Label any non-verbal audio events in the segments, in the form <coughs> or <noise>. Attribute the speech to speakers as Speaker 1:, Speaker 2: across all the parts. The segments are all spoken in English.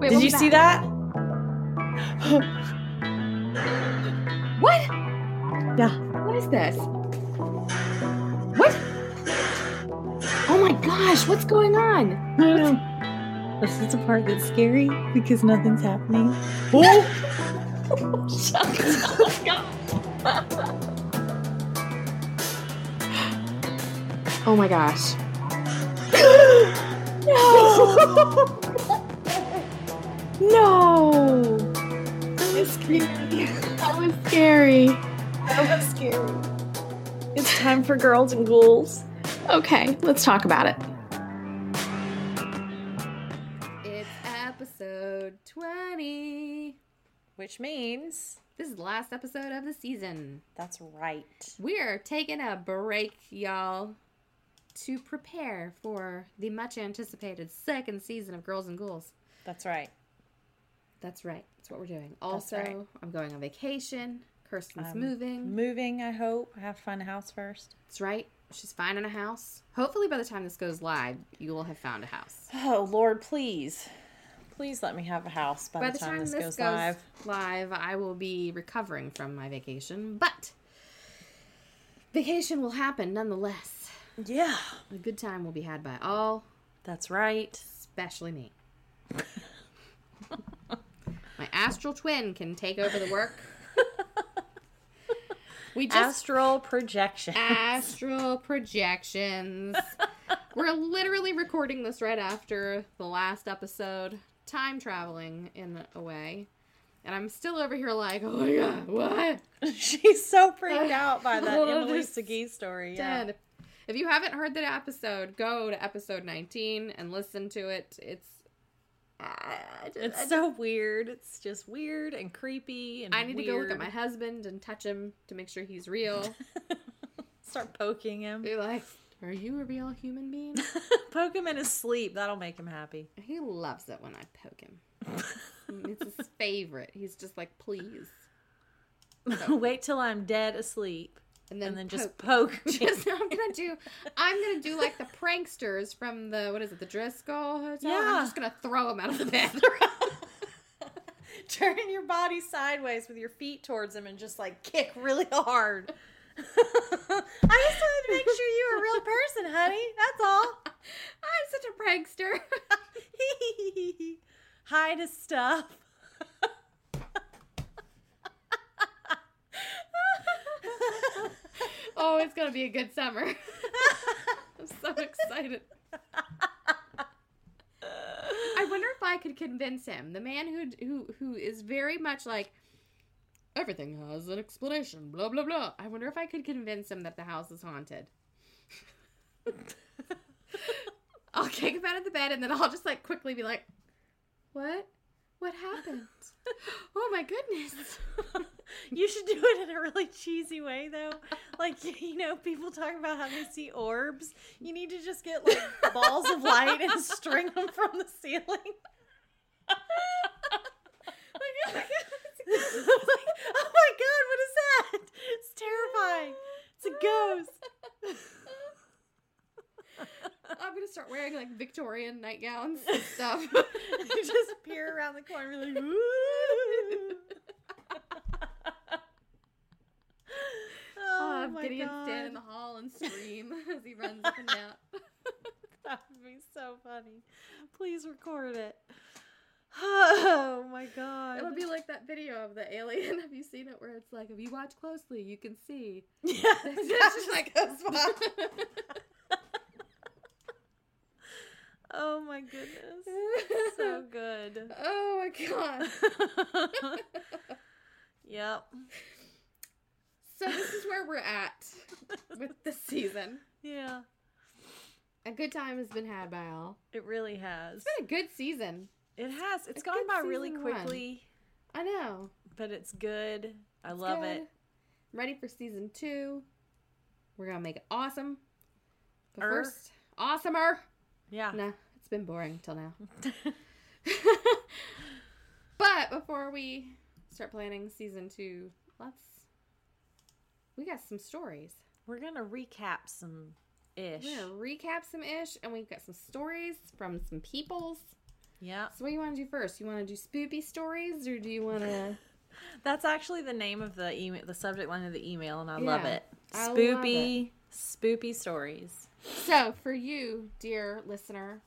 Speaker 1: Wait,
Speaker 2: Did
Speaker 1: what
Speaker 2: you
Speaker 1: was
Speaker 2: see that?
Speaker 1: What?
Speaker 2: Yeah.
Speaker 1: What is this? What? Oh my gosh, what's going on?
Speaker 2: I know. This is the part that's scary because nothing's happening. Oh,
Speaker 1: <laughs> Oh my gosh. <gasps>
Speaker 2: no! no! That was scary.
Speaker 1: That was scary.
Speaker 2: That was scary. It's time for girls and ghouls.
Speaker 1: Okay, let's talk about it. It's episode 20.
Speaker 2: Which means
Speaker 1: This is the last episode of the season.
Speaker 2: that's right.
Speaker 1: We're taking a break, y'all, to prepare for the much anticipated second season of Girls and Ghouls.
Speaker 2: That's right.
Speaker 1: That's right. That's what we're doing. Also,
Speaker 2: right.
Speaker 1: I'm going on vacation. Kirsten's
Speaker 2: Um,
Speaker 1: moving.
Speaker 2: Moving, I hope. Have fun house first.
Speaker 1: That's right. She's finding a house. Hopefully, by the time this goes live, you will have found a house.
Speaker 2: Oh, Lord, please. Please let me have a house by,
Speaker 1: By
Speaker 2: the, time, this, goes, live.
Speaker 1: live, I will be recovering from my vacation, but vacation will happen nonetheless.
Speaker 2: Yeah.
Speaker 1: A good time will be had by all,
Speaker 2: That's right.
Speaker 1: especially
Speaker 2: <laughs>
Speaker 1: me. my astral twin can take over the
Speaker 2: <laughs>
Speaker 1: work. We just
Speaker 2: Astral projection. <laughs>
Speaker 1: astral projections. We're literally recording this right after the last episode, time traveling in a way. And I'm still over here like, oh my god, what?
Speaker 2: She's so freaked out by that
Speaker 1: Oh,
Speaker 2: Emily
Speaker 1: this-
Speaker 2: Segee story. Yeah.
Speaker 1: Dead. If you haven't heard that episode, go to episode 19 and listen to it. It's. uh, I just- I
Speaker 2: It's so weird. It's just weird and creepy and
Speaker 1: I need to go look at
Speaker 2: weird.
Speaker 1: my husband and touch him to make sure he's <laughs> real.
Speaker 2: Start poking him.
Speaker 1: Be like, are you a real human being?
Speaker 2: Poke him in his sleep. That'll make him happy.
Speaker 1: He loves it when I poke him. It's his favorite. He's just like, please.
Speaker 2: <laughs> Wait till I'm dead asleep
Speaker 1: And then,
Speaker 2: and then just
Speaker 1: poke.
Speaker 2: poke <laughs> me.
Speaker 1: <laughs> Just- I'm gonna do I'm gonna do like the pranksters from the what is it, the Driscoll Hotel?
Speaker 2: Yeah.
Speaker 1: I'm just gonna throw him out of the bed. <laughs>
Speaker 2: <laughs> Turn your body sideways with your feet towards him and just like kick really hard. <laughs> I just wanted to make sure you were a real person, honey. That's all. <laughs>
Speaker 1: I'm such a prankster. <laughs>
Speaker 2: Hide his stuff. <laughs>
Speaker 1: Oh, it's gonna be a good summer. <laughs> I'm so excited. I wonder if I could convince him, the man who who who is very much like everything has an explanation, blah blah blah. I wonder if I could convince him that the house is haunted.
Speaker 2: <laughs>
Speaker 1: I'll kick him out of the bed and then I'll just like quickly be like, "What? What happened?
Speaker 2: <laughs>
Speaker 1: Oh my goodness."
Speaker 2: you should do it in a really cheesy way, though. Like, <laughs> you know, people talk about how they see orbs. You need to just get like balls of light and string them from the ceiling. <laughs> like, <laughs> oh my god, what is that? It's terrifying. It's a ghost.
Speaker 1: I'm going to start wearing like Victorian nightgowns and
Speaker 2: <laughs>
Speaker 1: stuff.
Speaker 2: you just peer around the corner and be like, ooh.
Speaker 1: Oh,
Speaker 2: Oh,
Speaker 1: I'm
Speaker 2: my
Speaker 1: getting him to stand in
Speaker 2: God.
Speaker 1: the hall and scream as he runs up and down.
Speaker 2: <laughs> That would be so funny. Please record it. <sighs> Oh my god. <laughs>
Speaker 1: It'll be like that video of the alien. <laughs> Have you seen it? Where it's like, if you watch closely, you can see. <laughs>
Speaker 2: yeah,
Speaker 1: It's <laughs> just like-
Speaker 2: goes <laughs>
Speaker 1: <laughs>
Speaker 2: Oh my goodness. So good.
Speaker 1: <laughs>
Speaker 2: <laughs>
Speaker 1: oh my <laughs> god.
Speaker 2: yep.
Speaker 1: So this is where we're at with the season.
Speaker 2: Yeah.
Speaker 1: A good time has been had by all.
Speaker 2: It really has.
Speaker 1: It's been a good season.
Speaker 2: It has. It's
Speaker 1: a
Speaker 2: gone
Speaker 1: good
Speaker 2: by really
Speaker 1: season one.
Speaker 2: quickly,
Speaker 1: I know.
Speaker 2: but it's good. I
Speaker 1: It's
Speaker 2: love
Speaker 1: good.
Speaker 2: it.
Speaker 1: I'm ready for season two. We're gonna make it awesome. But
Speaker 2: Er.
Speaker 1: first, awesomer.
Speaker 2: Yeah.
Speaker 1: Nah, it's been boring till now. <laughs> but before we start planning season two, let's. We got some stories.
Speaker 2: <laughs> We're going to recap some ish.
Speaker 1: We're gonna recap some ish, and we've got some stories from some peoples.
Speaker 2: Yeah.
Speaker 1: So what do you want to do first? You want to do spoopy stories or do you want to?
Speaker 2: That's actually the name of the email, the subject line of the email, and I love
Speaker 1: Yeah,
Speaker 2: it.
Speaker 1: I love
Speaker 2: Spoopy, spoopy stories.
Speaker 1: So for you, dear listener,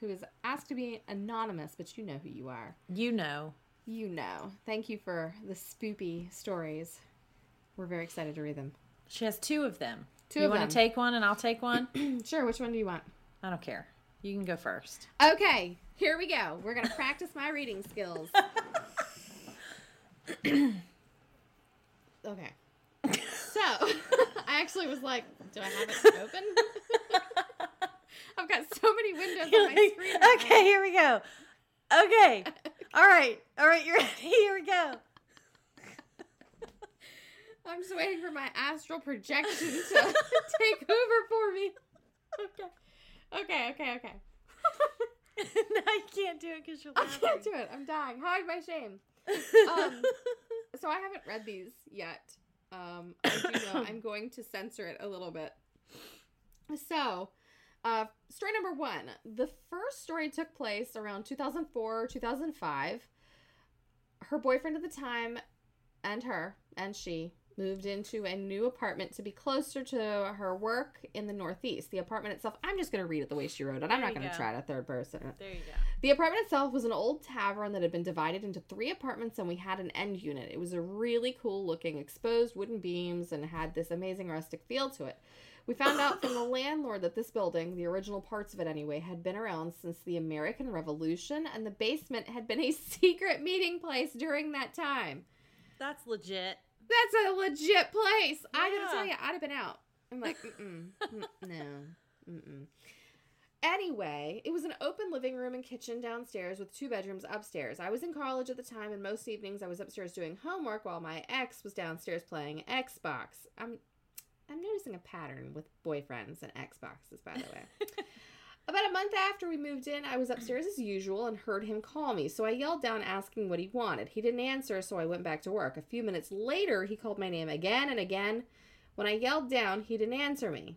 Speaker 1: who is asked to be anonymous, but you know who you are.
Speaker 2: You know,
Speaker 1: You know. Thank you for the spoopy stories. We're very excited to read them. <clears throat>
Speaker 2: she has two of them.
Speaker 1: Two
Speaker 2: you
Speaker 1: of
Speaker 2: want
Speaker 1: them.
Speaker 2: to take one, and I'll take one. <clears throat>
Speaker 1: sure. Which one do you want?
Speaker 2: I don't care. You can go first.
Speaker 1: <laughs> Okay. Here we go. We're gonna practice my reading skills. okay. So <laughs> I actually was like, do I have it open? I've got so many
Speaker 2: <laughs>
Speaker 1: windows on my screen. right now.
Speaker 2: okay, here we go.
Speaker 1: <laughs>
Speaker 2: Okay. All right. All right. You're <laughs> ready. Here we go.
Speaker 1: I'm just waiting for my astral projection to <laughs> take over for me. Okay. Okay, okay, okay.
Speaker 2: no, you can't do it because you're
Speaker 1: I
Speaker 2: laughing.
Speaker 1: can't
Speaker 2: <laughs>
Speaker 1: do it. I'm dying. Hide my shame. Um, So I haven't read these yet. Um, I do
Speaker 2: <coughs>
Speaker 1: know I'm going to censor it a little bit. So, uh, story number one. The first story took place around 2004 2005. Her boyfriend at the time and her and she moved into a new apartment to be closer to her work in the Northeast. The apartment itself, I'm just going to read it the way she wrote it. I'm
Speaker 2: There
Speaker 1: not
Speaker 2: you
Speaker 1: going to
Speaker 2: go.
Speaker 1: try to third person.
Speaker 2: <laughs> there you go.
Speaker 1: The apartment itself was an old tavern that had been divided into three apartments, and we had an end unit. It was a really cool looking exposed wooden beams and had this amazing rustic feel to it. We found out from the landlord that this building, the original parts of it anyway, had been around since the American Revolution, and the basement had been a <laughs> secret meeting place during that time.
Speaker 2: That's legit.
Speaker 1: That's a legit place. I gotta
Speaker 2: Yeah.
Speaker 1: tell you, I'd have been out. I'm like, mm-mm, mm, no, mm-mm. Anyway, it was an open living room and kitchen downstairs with two bedrooms upstairs. I was in college at the time, and most evenings I was upstairs doing homework while my ex was downstairs playing Xbox. I'm, I'm noticing a pattern with boyfriends and Xboxes, by the way. About a month after we moved in, I was upstairs as usual and heard him call me, so I yelled down asking what he wanted. He didn't answer, so I went back to work. A few minutes later, he called my name again and again. When I yelled down, he didn't answer me.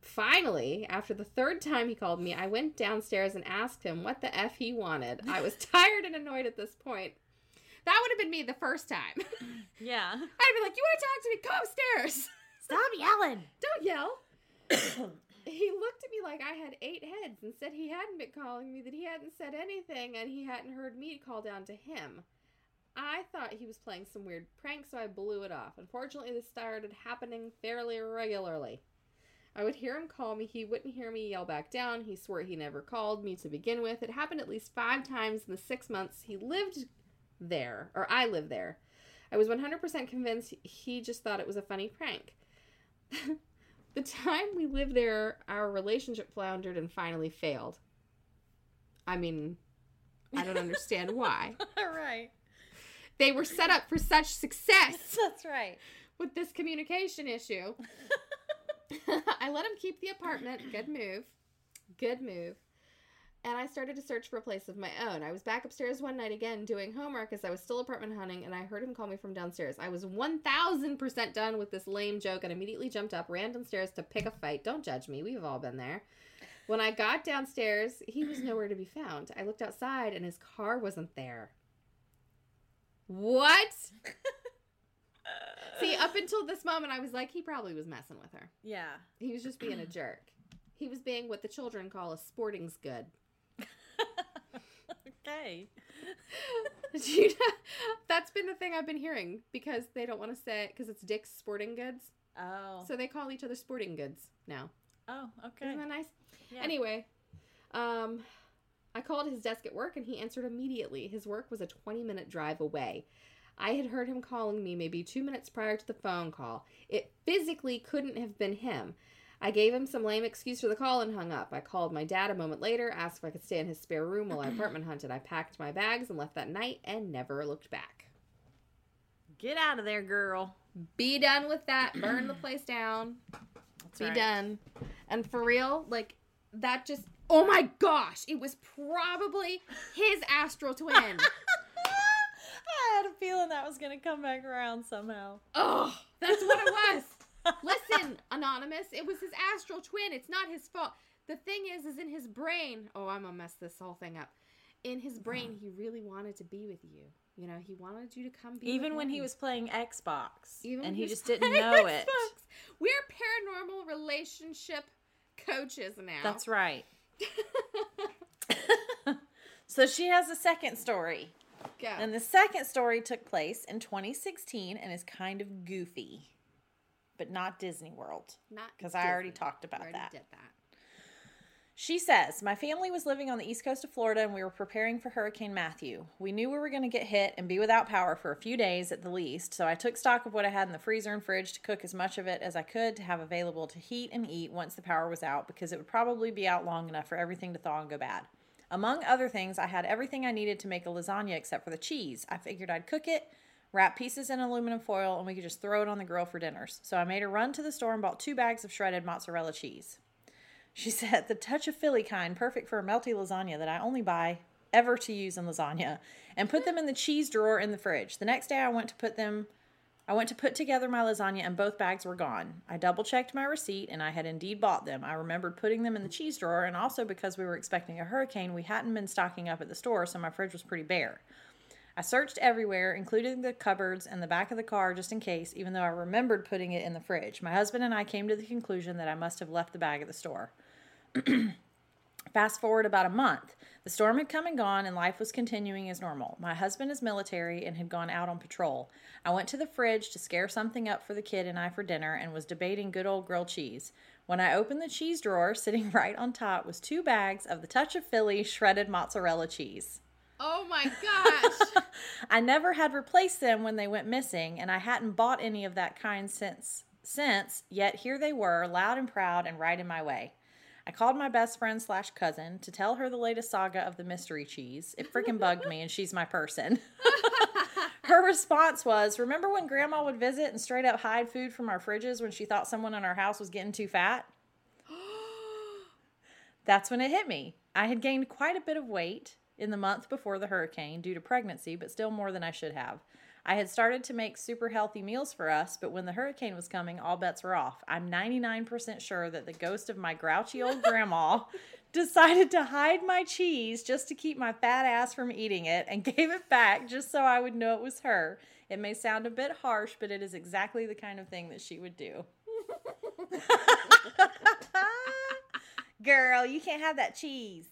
Speaker 1: Finally, after the third time he called me, I went downstairs and asked him what the F he wanted. I was tired and annoyed at this point. That would have been me the first time. <laughs> I'd
Speaker 2: Yeah. <laughs>
Speaker 1: be like, You want to talk to me? Come upstairs. <laughs>
Speaker 2: Stop yelling.
Speaker 1: <coughs> Don't yell. he looked at me like I had eight heads and said he hadn't been calling me, that he hadn't said anything, and he hadn't heard me call down to him. I thought he was playing some weird prank, so I blew it off. Unfortunately, this started happening fairly regularly. I would hear him call me. He wouldn't hear me yell back down. He swore he never called me to begin with. It happened at least five times in the six months he lived there, or I lived there. I was 100% convinced he just thought it was a funny prank. <laughs> The time we lived there, our relationship floundered and finally failed. I mean, I don't understand why.
Speaker 2: <coughs> All
Speaker 1: <laughs>
Speaker 2: right.
Speaker 1: They were set up for such success
Speaker 2: That's right.
Speaker 1: with this communication issue. <laughs> I let him keep the apartment. Good move. Good move. And I started to search for a place of my own. I was back upstairs one night again doing homework as I was still apartment hunting, and I heard him call me from downstairs. I was 1000% done with this lame joke and immediately jumped up, ran downstairs to pick a fight. Don't judge me, we've all been there. When I got downstairs, he was nowhere to be found. I looked outside, and his car wasn't there. What?
Speaker 2: Uh,
Speaker 1: See, uh, up until this moment, I was like, he probably was messing with her.
Speaker 2: Yeah.
Speaker 1: He was just being a jerk. He was being what the children call a sporting's good. <laughs>
Speaker 2: Okay.
Speaker 1: You know, That's been the thing I've been hearing because they don't want to say because it's Dick's Sporting Goods,
Speaker 2: Oh.
Speaker 1: so they call each other sporting goods now.
Speaker 2: oh. Okay.
Speaker 1: Isn't that nice?
Speaker 2: Yeah.
Speaker 1: Anyway, um, I called his desk at work and he answered immediately. His work was a 20 minute drive away. I had heard him calling me maybe two minutes prior to the phone call. It physically couldn't have been him. I gave him some lame excuse for the call and hung up. I called my dad a moment later, asked if I could stay in his spare room while I apartment hunted. I packed my bags and left that night and never looked back.
Speaker 2: Get out of there, girl.
Speaker 1: Be done with that. Burn
Speaker 2: <clears throat>
Speaker 1: the place down.
Speaker 2: That's
Speaker 1: be
Speaker 2: right.
Speaker 1: done. And for real, like that just oh my gosh, it was probably his astral
Speaker 2: <laughs>
Speaker 1: twin.
Speaker 2: I had a feeling that was gonna come back around somehow.
Speaker 1: oh,
Speaker 2: <laughs>
Speaker 1: that's what it was. Listen, anonymous, it was his astral twin. It's not his fault. The thing is, is in his brain. Oh, I'm gonna mess this whole thing up. In his
Speaker 2: <sighs>
Speaker 1: brain, he really wanted to be with you. You know, he wanted you to come be.
Speaker 2: Even
Speaker 1: with
Speaker 2: when
Speaker 1: him.
Speaker 2: he was playing Xbox,
Speaker 1: Even when
Speaker 2: and he
Speaker 1: was
Speaker 2: just
Speaker 1: <laughs>
Speaker 2: didn't
Speaker 1: playing
Speaker 2: know it.
Speaker 1: Xbox. We're paranormal relationship coaches now. <laughs>
Speaker 2: That's right. <laughs> so she has a second story.
Speaker 1: right. Go.
Speaker 2: And the second story took place in 2016 and is kind of goofy, but not Disney World.
Speaker 1: Not
Speaker 2: Because I already
Speaker 1: Disney.
Speaker 2: talked about
Speaker 1: already
Speaker 2: that.
Speaker 1: did that.
Speaker 2: She says, My family was living on the east coast of Florida and we were preparing for Hurricane Matthew. We knew we were going to get hit and be without power for a few days at the least, so I took stock of what I had in the freezer and fridge to cook as much of it as I could to have available to heat and eat once the power was out because it would probably be out long enough for everything to thaw and go bad. Among other things, I had everything I needed to make a lasagna except for the cheese. I figured I'd cook it, wrap pieces in aluminum foil, and we could just throw it on the grill for dinners. So I made a run to the store and bought two bags of shredded mozzarella cheese. She said, the touch of Philly kind, perfect for a melty lasagna that I only buy ever to use in lasagna, and put them in the cheese drawer in the fridge. The next day I went to put them I went to put together my lasagna and both bags were gone. I double checked my receipt and I had indeed bought them. I remembered putting them in the cheese drawer and also because we were expecting a hurricane, we hadn't been stocking up at the store, so my fridge was pretty bare. I searched everywhere, including the cupboards and the back of the car just in case, even though I remembered putting it in the fridge. My husband and I came to the conclusion that I must have left the bag at the store. Fast forward about a month. The storm had come and gone, and life was continuing as normal. My husband is military and had gone out on patrol. I went to the fridge to scare something up for the kid and I for dinner and was debating good old grilled cheese. When I opened the cheese drawer, <laughs> sitting right on top was two bags of the Touch of Philly shredded mozzarella cheese.
Speaker 1: Oh my gosh.
Speaker 2: I never had replaced them when they went missing, and I hadn't bought any of that kind since since, yet here they were, loud and proud and right in my way. I called my best friend slash cousin to tell her the latest saga of the mystery cheese. It freaking bugged me and she's my person. <laughs> her response was, Remember when grandma would visit and straight up hide food from our fridges when she thought someone in our house was getting too fat? That's when it hit me. I had gained quite a bit of weight in the month before the hurricane due to pregnancy, but still more than I should have. I had started to make super healthy meals for us, but when the hurricane was coming, all bets were off. I'm 99% sure that the ghost of my grouchy old grandma decided to hide my cheese just to keep my fat ass from eating it and gave it back just so I would know it was her. It may sound a bit harsh, but it is exactly the kind of thing that she would do. <laughs> Girl, you can't have that cheese.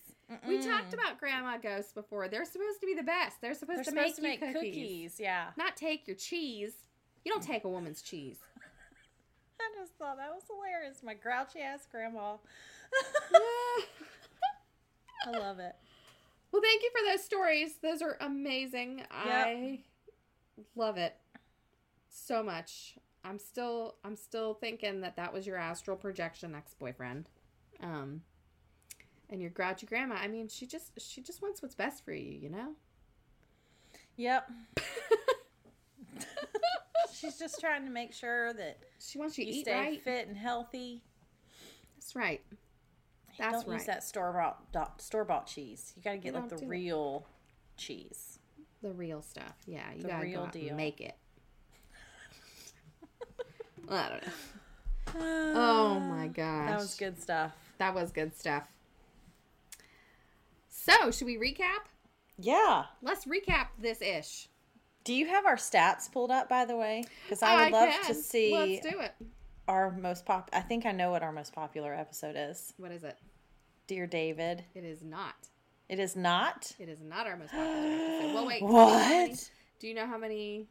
Speaker 1: we
Speaker 2: <laughs> Mm.
Speaker 1: talked about grandma ghosts before. They're supposed to be the best. They're supposed,
Speaker 2: They're
Speaker 1: to,
Speaker 2: supposed to
Speaker 1: make
Speaker 2: make
Speaker 1: you
Speaker 2: cookies. Yeah.
Speaker 1: Not take your cheese. You don't take a woman's
Speaker 2: <laughs>
Speaker 1: cheese.
Speaker 2: I just thought that was hilarious. My grouchy ass grandma. I
Speaker 1: <laughs>
Speaker 2: love it.
Speaker 1: Well, thank you for those stories. Those are amazing. I love it so much. I'm still I'm still thinking that that was your astral projection ex-boyfriend. Um and your grouchy grandma. I mean, she just she just wants what's best for you, you know? <laughs>
Speaker 2: Yep. She's just trying to make sure that
Speaker 1: She wants you
Speaker 2: you
Speaker 1: to eat
Speaker 2: stay
Speaker 1: right.
Speaker 2: fit and healthy.
Speaker 1: That's right. That's
Speaker 2: Don't
Speaker 1: right.
Speaker 2: use that store bought store bought cheese. You got to get
Speaker 1: No,
Speaker 2: like the
Speaker 1: do it.
Speaker 2: real
Speaker 1: <sighs>
Speaker 2: cheese.
Speaker 1: The real stuff. Yeah, you
Speaker 2: The
Speaker 1: gotta
Speaker 2: real
Speaker 1: go out and
Speaker 2: deal.
Speaker 1: make
Speaker 2: <laughs>
Speaker 1: it. I don't know. Oh my gosh.
Speaker 2: that was good stuff.
Speaker 1: That was good stuff. So, should we recap?
Speaker 2: Yeah.
Speaker 1: Let's recap this ish.
Speaker 2: Do you have our stats pulled up, by the way? Because I would love to
Speaker 1: can.
Speaker 2: see
Speaker 1: Let's do it.
Speaker 2: our most pop. I think I know what our most popular episode is.
Speaker 1: What is it?
Speaker 2: Dear David,
Speaker 1: It is not.
Speaker 2: it is not.
Speaker 1: It is not our most popular episode. Well, wait. Do you, know how many-
Speaker 2: What?
Speaker 1: do you know how many?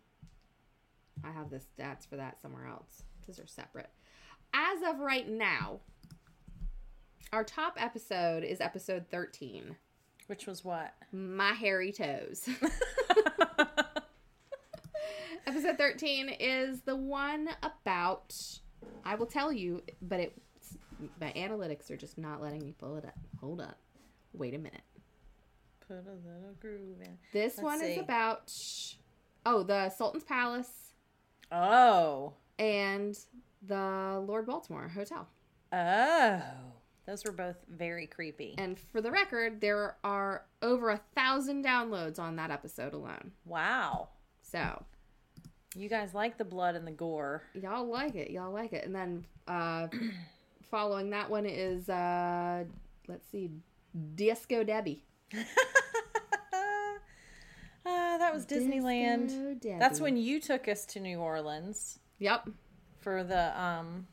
Speaker 1: I have the stats for that somewhere else. These are separate. As of right now, our top episode is episode 13
Speaker 2: Which was what? <laughs>
Speaker 1: My Hairy Toes. <laughs> Episode 13 is the one about, I will tell you, but it, my analytics are just not letting me pull it up. Hold up. Wait a minute.
Speaker 2: Put a little groove in.
Speaker 1: This
Speaker 2: Let's
Speaker 1: one is
Speaker 2: see.
Speaker 1: about, oh, the Sultan's Palace
Speaker 2: Oh.
Speaker 1: and the Lord Baltimore Hotel.
Speaker 2: Oh. Those were both very creepy.
Speaker 1: And for the record, there are over a thousand downloads on that episode alone.
Speaker 2: Wow.
Speaker 1: So
Speaker 2: <laughs> You guys like the blood and the gore.
Speaker 1: y'all like it y'all like it and then uh <clears throat> following that one is uh let's see disco debbie
Speaker 2: Ah, that was Disneyland.
Speaker 1: Disco Debbie.
Speaker 2: That's when you took us to New Orleans
Speaker 1: yep
Speaker 2: for the um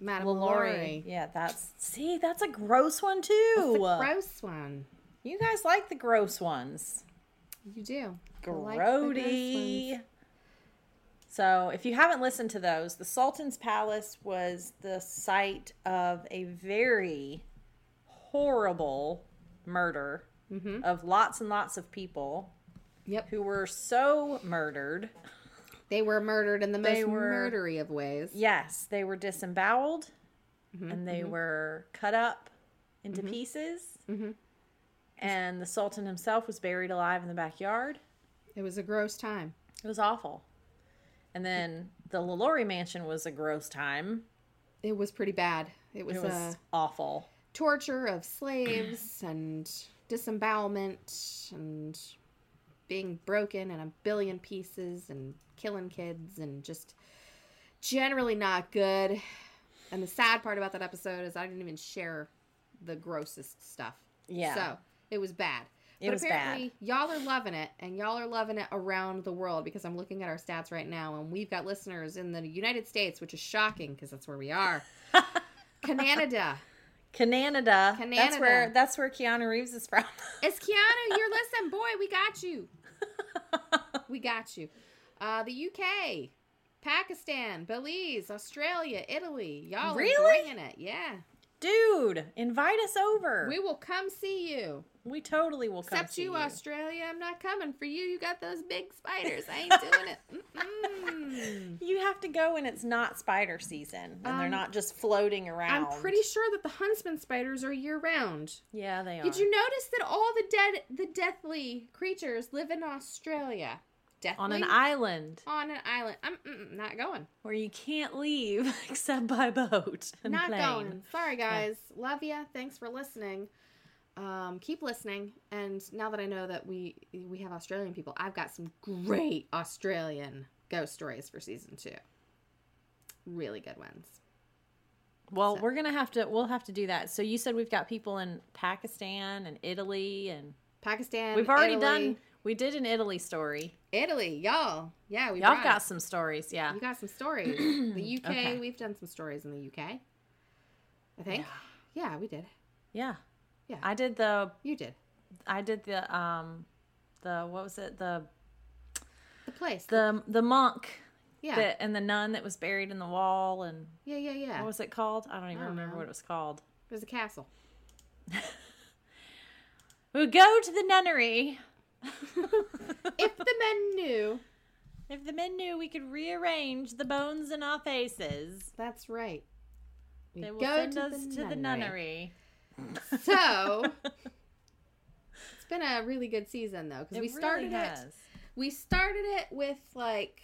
Speaker 1: madame
Speaker 2: Lori.
Speaker 1: Lalaurie.
Speaker 2: Yeah, that's see, that's a gross one too.
Speaker 1: It's a gross one
Speaker 2: you guys like the gross ones.
Speaker 1: you do I like the gross
Speaker 2: Grody.
Speaker 1: ones.
Speaker 2: so, if you haven't listened to those, the Sultan's Palace was the site of a very horrible murder
Speaker 1: Mm-hmm.
Speaker 2: of lots and lots of people
Speaker 1: yep
Speaker 2: who were so murdered.
Speaker 1: they were murdered in the
Speaker 2: They
Speaker 1: most
Speaker 2: were-
Speaker 1: murdery of ways
Speaker 2: Yes, they were disemboweled
Speaker 1: Mm-hmm.
Speaker 2: and they were cut up into pieces.
Speaker 1: Mm-hmm.
Speaker 2: And the Sultan himself was buried alive in the backyard.
Speaker 1: it was a gross time
Speaker 2: It was awful. And then the LaLaurie mansion was a gross time.
Speaker 1: it was pretty bad it was, uh,
Speaker 2: It was
Speaker 1: a
Speaker 2: awful.
Speaker 1: torture of slaves and disembowelment and being broken in a billion pieces and killing kids and just generally not good. And the sad part about that episode is I didn't even share the grossest stuff.
Speaker 2: Yeah.
Speaker 1: So it was bad.
Speaker 2: It was
Speaker 1: apparently y'all are loving it and y'all are loving it around the world because I'm looking at our stats right now and we've got listeners in the United States, which is shocking because that's where we
Speaker 2: <laughs>
Speaker 1: are. Canada.
Speaker 2: Canada. That's
Speaker 1: Canada.
Speaker 2: where that's where Keanu Reeves is from. <laughs>
Speaker 1: It's Keanu. You're listen, boy. We got you. We got you. Uh, the UK, Pakistan, Belize, Australia, Italy. Y'all
Speaker 2: Really?
Speaker 1: are bringing it. Yeah,
Speaker 2: Dude, invite us over.
Speaker 1: we
Speaker 2: We,
Speaker 1: will come see you.
Speaker 2: totally will come.
Speaker 1: Except
Speaker 2: see
Speaker 1: you, Australia. I'm not coming for you. You got those big spiders. I ain't doing it. Mm-mm.
Speaker 2: You have to go when it's not spider season and they're
Speaker 1: Um,
Speaker 2: not just floating around.
Speaker 1: I'm pretty sure that the huntsman spiders are year round.
Speaker 2: Yeah, they are.
Speaker 1: Did you notice that all the dead, the deathly creatures live in Australia? Deathly
Speaker 2: on an island
Speaker 1: On an island. I'm mm-mm, not going.
Speaker 2: where you can't leave <laughs> except by boat and
Speaker 1: not
Speaker 2: plane.
Speaker 1: going. Sorry, guys. Love ya. Thanks for listening. Um, keep listening. And now that I know that we we have Australian people, I've got some great Australian ghost stories for season two. Really good ones.
Speaker 2: Well, we're gonna have to. We'll have to do that. So you said we've got people in Pakistan and Italy, and
Speaker 1: Pakistan.
Speaker 2: we've already
Speaker 1: Italy.
Speaker 2: done. We did an Italy story.
Speaker 1: Italy, y'all. Yeah, we
Speaker 2: Y'all
Speaker 1: brought
Speaker 2: got
Speaker 1: it.
Speaker 2: some stories, yeah.
Speaker 1: you got some stories.
Speaker 2: <clears throat>
Speaker 1: the UK,
Speaker 2: Okay.
Speaker 1: we've done some stories in the UK. I think. Yeah, we did.
Speaker 2: Yeah.
Speaker 1: Yeah.
Speaker 2: I did the
Speaker 1: You did.
Speaker 2: I did the um the what was it? The
Speaker 1: The place.
Speaker 2: the the monk
Speaker 1: yeah.
Speaker 2: that and the nun that was buried in the wall and
Speaker 1: yeah, yeah, yeah.
Speaker 2: what was it called? I don't even
Speaker 1: don't
Speaker 2: remember
Speaker 1: know.
Speaker 2: what it was called.
Speaker 1: It was a castle.
Speaker 2: We would go to the nunnery. <laughs>
Speaker 1: if the men knew.
Speaker 2: If the men knew we could rearrange the bones in our faces,
Speaker 1: That's right. We
Speaker 2: they will send us to the nunnery. <laughs>
Speaker 1: so it's been a really good season though because
Speaker 2: It
Speaker 1: we
Speaker 2: really
Speaker 1: started it.
Speaker 2: has.
Speaker 1: We started it with like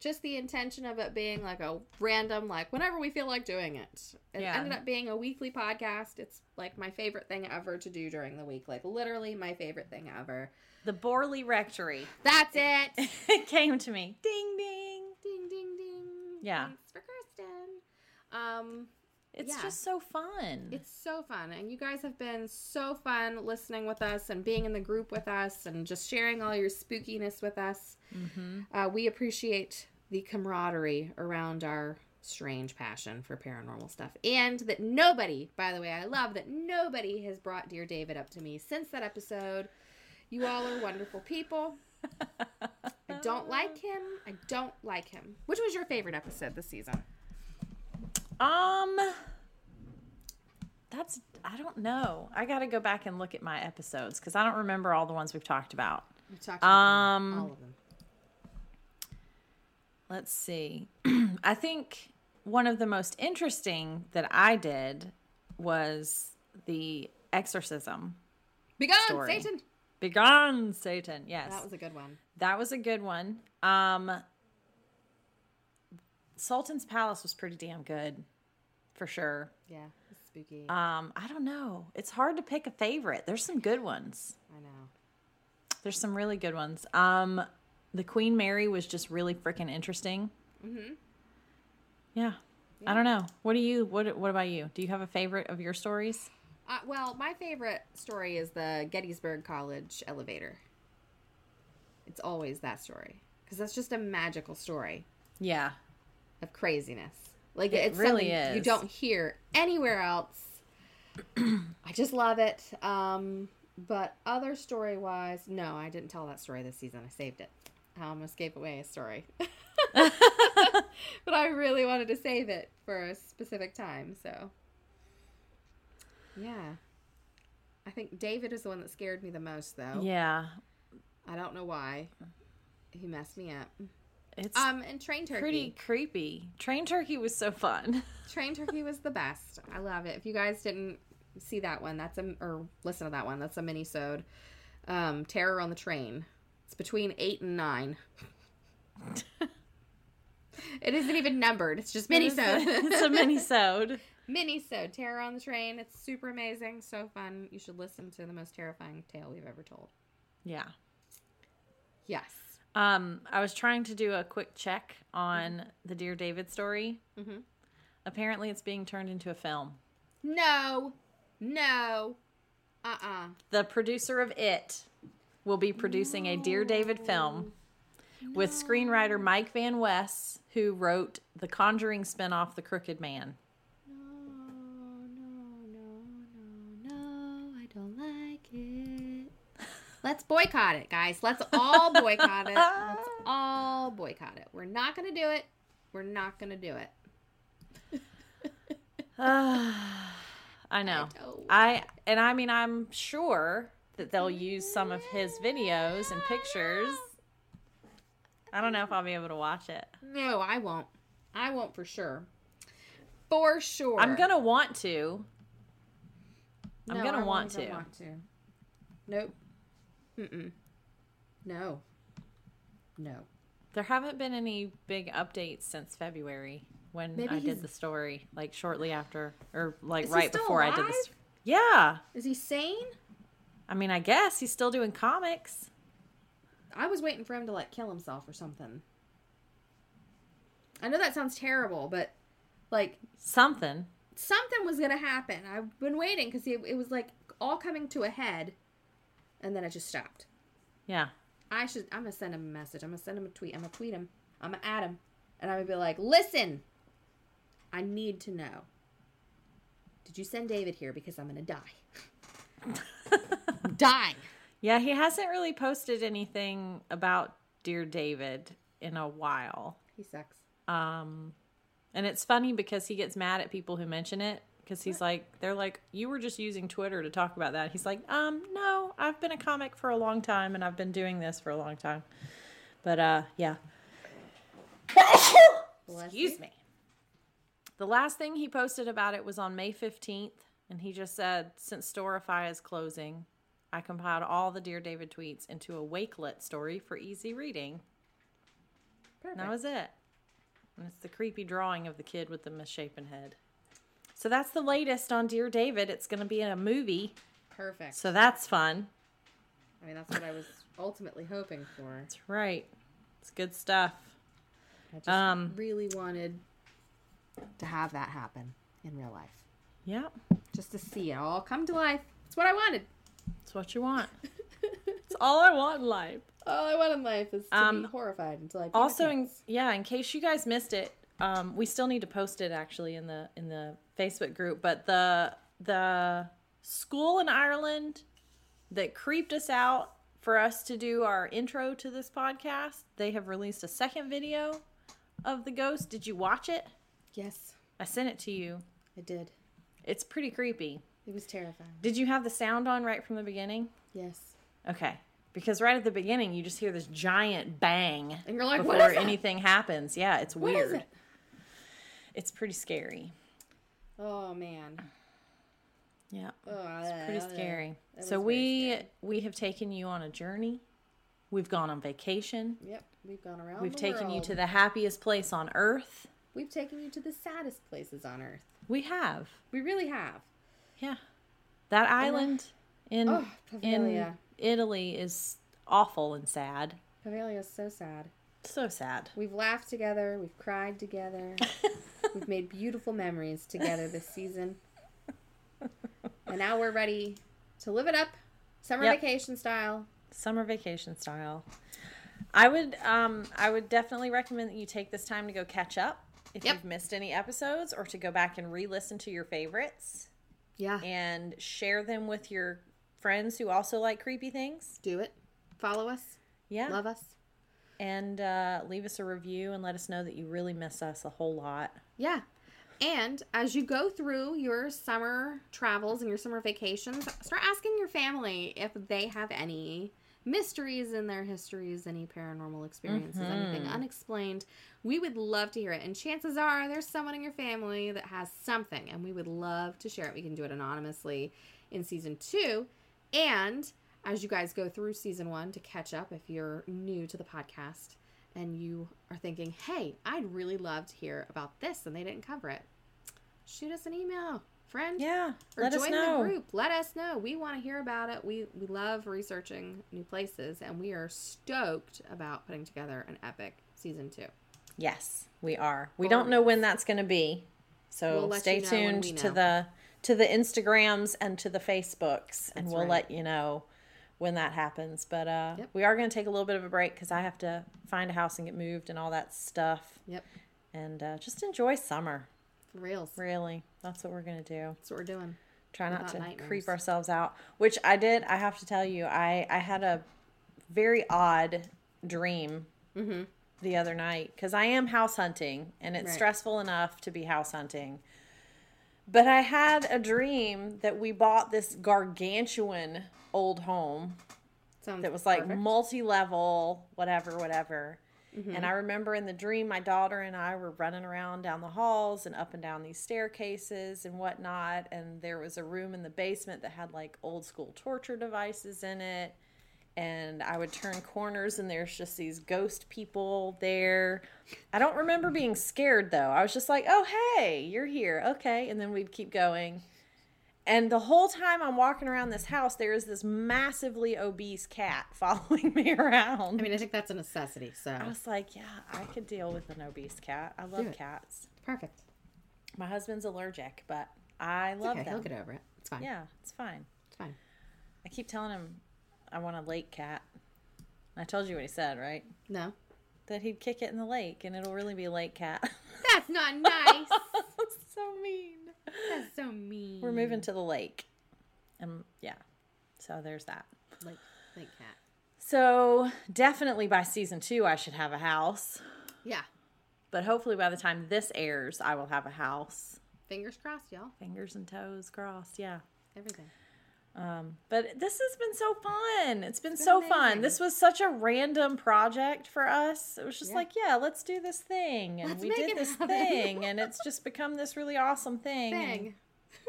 Speaker 1: just the intention of it being like a random like whenever we feel like doing it. It
Speaker 2: Yeah.
Speaker 1: ended up being a weekly podcast. It's like my favorite thing ever to do during the week. Like literally my favorite thing ever.
Speaker 2: The Borley Rectory. <laughs>
Speaker 1: That's it. ding
Speaker 2: it came to me. Ding ding.
Speaker 1: ding ding.
Speaker 2: Yeah.
Speaker 1: Thanks for Kristen. Um
Speaker 2: It's
Speaker 1: Yeah.
Speaker 2: just so fun.
Speaker 1: It's so fun. And you guys have been so fun listening with us and being in the group with us and just sharing all your spookiness with us. Uh, we appreciate the camaraderie around our strange passion for paranormal stuff. And that nobody, by the way, I love that nobody has brought Dear David up to me since that episode. You all are wonderful people.
Speaker 2: <laughs>
Speaker 1: I don't like him. I don't like him. Which was your favorite episode this season?
Speaker 2: Um, that's I don't know. I got to go back and look at my episodes because I don't remember all the ones we've talked about.
Speaker 1: We talked
Speaker 2: Um,
Speaker 1: all of them.
Speaker 2: Let's see. <clears throat> I think one of the most interesting that I did was the exorcism.
Speaker 1: Begone,
Speaker 2: story.
Speaker 1: Satan!
Speaker 2: Begone, Satan. Yes.
Speaker 1: That was a good one.
Speaker 2: That was a good one. Um, Sultan's Palace was pretty damn good, for sure.
Speaker 1: Yeah, it's spooky.
Speaker 2: Um, I don't know. It's hard to pick a favorite. There's some good ones.
Speaker 1: I know.
Speaker 2: There's some really good ones. Um, the Queen Mary was just really freaking interesting. Mm-hmm. Yeah, I don't know. What do you? What What about you? Do you have a favorite of your stories?
Speaker 1: Uh, well, my favorite story is the Gettysburg College elevator. It's always that story because that's just a magical story
Speaker 2: Yeah.
Speaker 1: of craziness. Like
Speaker 2: It
Speaker 1: it's
Speaker 2: really
Speaker 1: something you
Speaker 2: is.
Speaker 1: don't hear anywhere else. <clears throat> I just love it. Um, but other story wise, no, I didn't tell that story this season. I saved it. I almost gave away a story, <laughs> but I really wanted to save it for a specific time. So, yeah, I think David is the one that scared me the most, though.
Speaker 2: yeah.
Speaker 1: I don't know why. He messed me up.
Speaker 2: It's
Speaker 1: Um, and train turkey.
Speaker 2: pretty creepy. Train turkey was so fun. <laughs>
Speaker 1: Train Turkey was the best. I love it. If you guys didn't see that one, that's a or listen to that one. That's a mini sode. Um, Terror on the Train. It's between eight and nine. it isn't even numbered. It's just mini <laughs>
Speaker 2: It's a
Speaker 1: sode.
Speaker 2: mini sode.
Speaker 1: mini sode. Terror on the Train. It's super amazing. So fun. You should listen to the most terrifying tale we've ever told.
Speaker 2: Yeah.
Speaker 1: Yes.
Speaker 2: Um, I was trying to do a quick check
Speaker 1: Mm-hmm.
Speaker 2: on the Dear David story.
Speaker 1: Mhm.
Speaker 2: Apparently, it's being turned into a film.
Speaker 1: No. No. Uh uh
Speaker 2: The producer of It will be producing a Dear David film with screenwriter Mike Van Wess, who wrote the Conjuring spinoff, The Crooked Man. <sighs>
Speaker 1: No, no, no, no, no, I don't like it. Let's boycott it, guys. Let's all
Speaker 2: <laughs>
Speaker 1: boycott it. Let's all boycott it. We're not going to do it. We're not going to do it.
Speaker 2: I know.
Speaker 1: don't
Speaker 2: I and I mean I'm sure that they'll use some of his videos and pictures. I don't know if I'll be able to watch it.
Speaker 1: No, I won't. I won't for sure. For sure.
Speaker 2: I'm gonna want to. I'm
Speaker 1: No,
Speaker 2: gonna
Speaker 1: I won't
Speaker 2: want
Speaker 1: even
Speaker 2: to.
Speaker 1: want to. Nope. Mm-mm. No. No.
Speaker 2: There haven't been any big updates since February when
Speaker 1: Maybe
Speaker 2: I
Speaker 1: he's-
Speaker 2: did the story, like shortly after or like
Speaker 1: Is he
Speaker 2: right
Speaker 1: still
Speaker 2: before I did
Speaker 1: alive?
Speaker 2: this. Yeah.
Speaker 1: Is he sane?
Speaker 2: I mean, I guess he's still doing comics.
Speaker 1: I was waiting for him to like kill himself or something. I know that sounds terrible, but like
Speaker 2: Something.
Speaker 1: something was gonna happen. I've been waiting because it, it was like all coming to a head, and then it just stopped.
Speaker 2: Yeah.
Speaker 1: I should. I'm gonna send him a message. I'm gonna send him a tweet. I'm gonna tweet him. I'm gonna add him, and I'm gonna be like, "Listen, I need to know. Did you send David here? Because I'm gonna die. <laughs> I'm dying.
Speaker 2: Yeah, he hasn't really posted anything about Dear David in a while.
Speaker 1: He sucks.
Speaker 2: Um, and it's funny because he gets mad at people who mention it because he's like, they're like, you were just using Twitter to talk about that. He's like, um, no, I've been a comic for a long time and I've been doing this for a long time. But uh, yeah.
Speaker 1: Bless
Speaker 2: Excuse
Speaker 1: you.
Speaker 2: me. The last thing he posted about it was on May 15th, and he just said, Since Storify is closing, I compiled all the Dear David tweets into a Wakelet story for easy reading. And that
Speaker 1: Perfect.
Speaker 2: was it. And it's the creepy drawing of the kid with the misshapen head. So that's the latest on Dear David. It's going to be in a movie,
Speaker 1: Perfect.
Speaker 2: so that's fun.
Speaker 1: I mean, that's what I was ultimately hoping for.
Speaker 2: That's right. It's good stuff.
Speaker 1: I just
Speaker 2: Um,
Speaker 1: really wanted to have that happen in real life,
Speaker 2: Yep,
Speaker 1: just to see it all come to life. It's what I wanted.
Speaker 2: it's what you want. <laughs> it's all I want in life.
Speaker 1: All I want in life is to
Speaker 2: Um,
Speaker 1: be horrified until I. pee my
Speaker 2: also in,
Speaker 1: pants.
Speaker 2: yeah in case you guys missed it um, we still need to post it actually in the in the facebook group but the the school in ireland that creeped us out for us to do our intro to this podcast they have released a second video of the ghost did you watch it
Speaker 1: yes,
Speaker 2: i sent it to you
Speaker 1: I did.
Speaker 2: it's pretty creepy
Speaker 1: It was terrifying.
Speaker 2: did you have the sound on right from the beginning
Speaker 1: Yes,
Speaker 2: okay because right at the beginning you just hear this giant bang
Speaker 1: and you're like,
Speaker 2: before
Speaker 1: what is that?
Speaker 2: anything happens yeah it's
Speaker 1: What is
Speaker 2: weird
Speaker 1: it?
Speaker 2: it's pretty scary.
Speaker 1: Oh <sighs> man,
Speaker 2: Yeah,
Speaker 1: oh,
Speaker 2: pretty scary.
Speaker 1: That
Speaker 2: So
Speaker 1: was very
Speaker 2: we we have taken you on a journey. We've gone on vacation.
Speaker 1: Yep, we've gone around.
Speaker 2: We've
Speaker 1: the
Speaker 2: taken you
Speaker 1: world.
Speaker 2: to the happiest place on earth.
Speaker 1: We've taken you to the saddest places on earth.
Speaker 2: We have.
Speaker 1: We really have.
Speaker 2: Yeah. That island in
Speaker 1: Oh,
Speaker 2: in
Speaker 1: Pavilia.
Speaker 2: Italy is awful and sad.
Speaker 1: Pavelia is so sad.
Speaker 2: So sad. <laughs>
Speaker 1: We've laughed together. We've cried together. We've made beautiful memories together this season. And now we're ready to live it up, summer
Speaker 2: Yep.
Speaker 1: vacation style.
Speaker 2: Summer vacation style. I would um I would definitely recommend that you take this time to go catch up if
Speaker 1: Yep.
Speaker 2: you've missed any episodes or to go back and re-listen to your favorites
Speaker 1: Yeah.
Speaker 2: and share them with your friends who also like creepy things.
Speaker 1: Do it. Follow us.
Speaker 2: Yeah.
Speaker 1: Love us.
Speaker 2: And uh, leave us a review and let us know that you really miss us a whole lot.
Speaker 1: Yeah. And as you go through your summer travels and your summer vacations, start asking your family if they have any mysteries in their histories, any paranormal experiences, anything unexplained. We would love to hear it. And chances are there's someone in your family that has something, and we would love to share it. We can do it anonymously in season two. And as you guys go through season one to catch up, if you're new to the podcast and you are thinking, hey, I'd really love to hear about this and they didn't cover it, shoot us an email, friend.
Speaker 2: Yeah.
Speaker 1: Or
Speaker 2: let
Speaker 1: join
Speaker 2: us know.
Speaker 1: the group. Let us know. We want to hear about it. We we love researching new places, and we are stoked about putting together an epic season two.
Speaker 2: Yes, we are. We
Speaker 1: Four
Speaker 2: don't know when that's going to be.
Speaker 1: We'll
Speaker 2: So
Speaker 1: let
Speaker 2: stay
Speaker 1: you know when
Speaker 2: tuned
Speaker 1: we
Speaker 2: to
Speaker 1: know.
Speaker 2: the to the Instagrams and to the Facebooks and
Speaker 1: That's
Speaker 2: we'll
Speaker 1: right.
Speaker 2: let you know when that happens. But uh
Speaker 1: Yep.
Speaker 2: we are going to take a little bit of a break cuz I have to find a house and get moved and all that stuff
Speaker 1: Yep,
Speaker 2: and uh, just enjoy summer.
Speaker 1: for reals.
Speaker 2: Really. That's what we're going to do.
Speaker 1: That's what we're doing.
Speaker 2: try not
Speaker 1: Without
Speaker 2: to
Speaker 1: nightmares.
Speaker 2: creep ourselves out which i did i have to tell you i i had a very odd dream the other night because i am house hunting and it's
Speaker 1: Mm-hmm. Right.
Speaker 2: stressful enough to be house hunting but i had a dream that we bought this gargantuan old home
Speaker 1: Sounds
Speaker 2: that was like
Speaker 1: perfect.
Speaker 2: multi-level whatever whatever and i remember in the dream my daughter and i were running around down the halls and up and down these staircases and whatnot and there was a room in the basement that had like old school torture devices in it and i would turn corners and there's just these ghost people there i don't remember being scared though i was just like oh hey you're here okay and then we'd keep going and the whole time I'm walking around this house, there is this massively obese cat <laughs> following me around.
Speaker 1: I mean, I think that's a necessity. So
Speaker 2: I was like, yeah, I could deal with an obese cat. I
Speaker 1: Do
Speaker 2: love
Speaker 1: it.
Speaker 2: cats.
Speaker 1: perfect.
Speaker 2: My husband's allergic, but I love
Speaker 1: okay, he'll
Speaker 2: them.
Speaker 1: get over it. It's fine.
Speaker 2: Yeah, it's fine.
Speaker 1: it's fine.
Speaker 2: I keep telling him I want a lake cat. I told you what he said, right?
Speaker 1: No,
Speaker 2: That he'd kick it in the lake and it'll really be a lake cat. <laughs>
Speaker 1: that's not nice.
Speaker 2: so mean.
Speaker 1: that's so mean.
Speaker 2: We're moving to the lake. And yeah, so there's that.
Speaker 1: like like cat.
Speaker 2: So definitely by season two, I should have a house.
Speaker 1: Yeah.
Speaker 2: But hopefully by the time this airs, I will have a house.
Speaker 1: Fingers crossed, y'all.
Speaker 2: Fingers and toes crossed, yeah.
Speaker 1: Everything.
Speaker 2: Um, but this has been so fun. It's been, so fun.
Speaker 1: amazing.
Speaker 2: This was such a random project for us. It was just
Speaker 1: Yeah.
Speaker 2: like, yeah, let's do this thing, and
Speaker 1: Let's
Speaker 2: we
Speaker 1: make
Speaker 2: did
Speaker 1: it
Speaker 2: this
Speaker 1: happen.
Speaker 2: thing, and it's just become this really awesome thing. and
Speaker 1: Bang.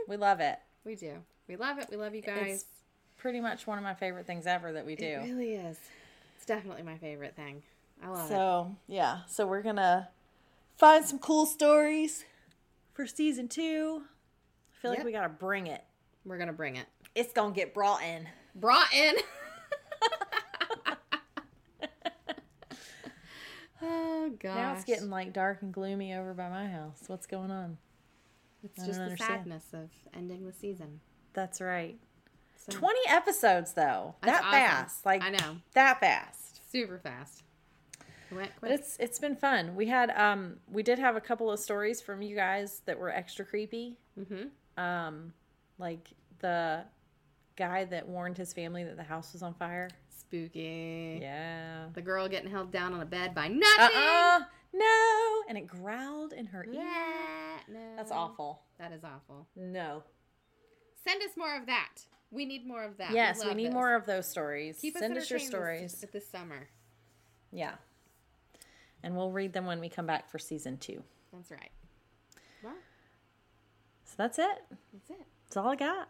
Speaker 2: We love it.
Speaker 1: We do. We love it. We love you guys.
Speaker 2: It's pretty much one of my favorite things ever that we do.
Speaker 1: It really is. It's definitely my favorite thing. I love it.
Speaker 2: So, yeah. So, we're going to find some cool stories for season two. I feel like
Speaker 1: Yep.
Speaker 2: we got to bring it.
Speaker 1: We're gonna bring it.
Speaker 2: It's going to get brought in.
Speaker 1: Brought in. <laughs> oh gosh.
Speaker 2: Now it's getting like dark and gloomy over by my house. What's going on?
Speaker 1: It's
Speaker 2: I
Speaker 1: just the
Speaker 2: don't understand.
Speaker 1: sadness of ending the season.
Speaker 2: That's right.
Speaker 1: So,
Speaker 2: 20 episodes, though.
Speaker 1: That's
Speaker 2: that
Speaker 1: awesome.
Speaker 2: fast. Like,
Speaker 1: I know.
Speaker 2: That fast.
Speaker 1: Super fast. It went
Speaker 2: But
Speaker 1: quick.
Speaker 2: it's it's been fun. We had um we did have a couple of stories from you guys that were extra creepy.
Speaker 1: mm-hmm.
Speaker 2: Um like the guy that warned his family that the house was on fire.
Speaker 1: Spooky.
Speaker 2: Yeah.
Speaker 1: The girl getting held down on a bed by nothing.
Speaker 2: Uh-uh. No. And it growled in her ear.
Speaker 1: Yeah, no.
Speaker 2: That's awful.
Speaker 1: That is awful.
Speaker 2: No.
Speaker 1: Send us more of that. We need more of that.
Speaker 2: Yes, we
Speaker 1: love
Speaker 2: need
Speaker 1: those.
Speaker 2: more of those stories.
Speaker 1: Keep
Speaker 2: Send
Speaker 1: us,
Speaker 2: us your
Speaker 1: entertained
Speaker 2: stories.
Speaker 1: This, this summer.
Speaker 2: Yeah. And we'll read them when we come back for season two.
Speaker 1: That's right. Well,
Speaker 2: So that's it.
Speaker 1: that's it.
Speaker 2: That's all I got.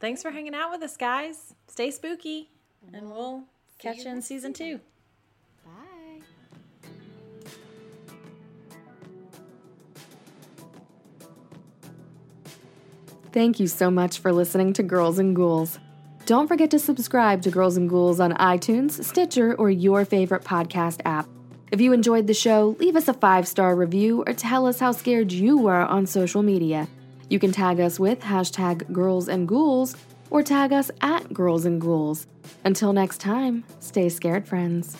Speaker 2: Thanks for hanging out with us, guys. Stay spooky. And we'll
Speaker 1: see you
Speaker 2: catch you in
Speaker 1: next
Speaker 2: season two.
Speaker 1: Bye. Thank you so much for listening to Girls and Ghouls. Don't forget to subscribe to Girls and Ghouls on iTunes, Stitcher, or your favorite podcast app. If you enjoyed the show, leave us a five star review or tell us how scared you were on social media. You can tag us with hashtag girls and ghouls or tag us at girls and ghouls. Until next time, stay scared, friends.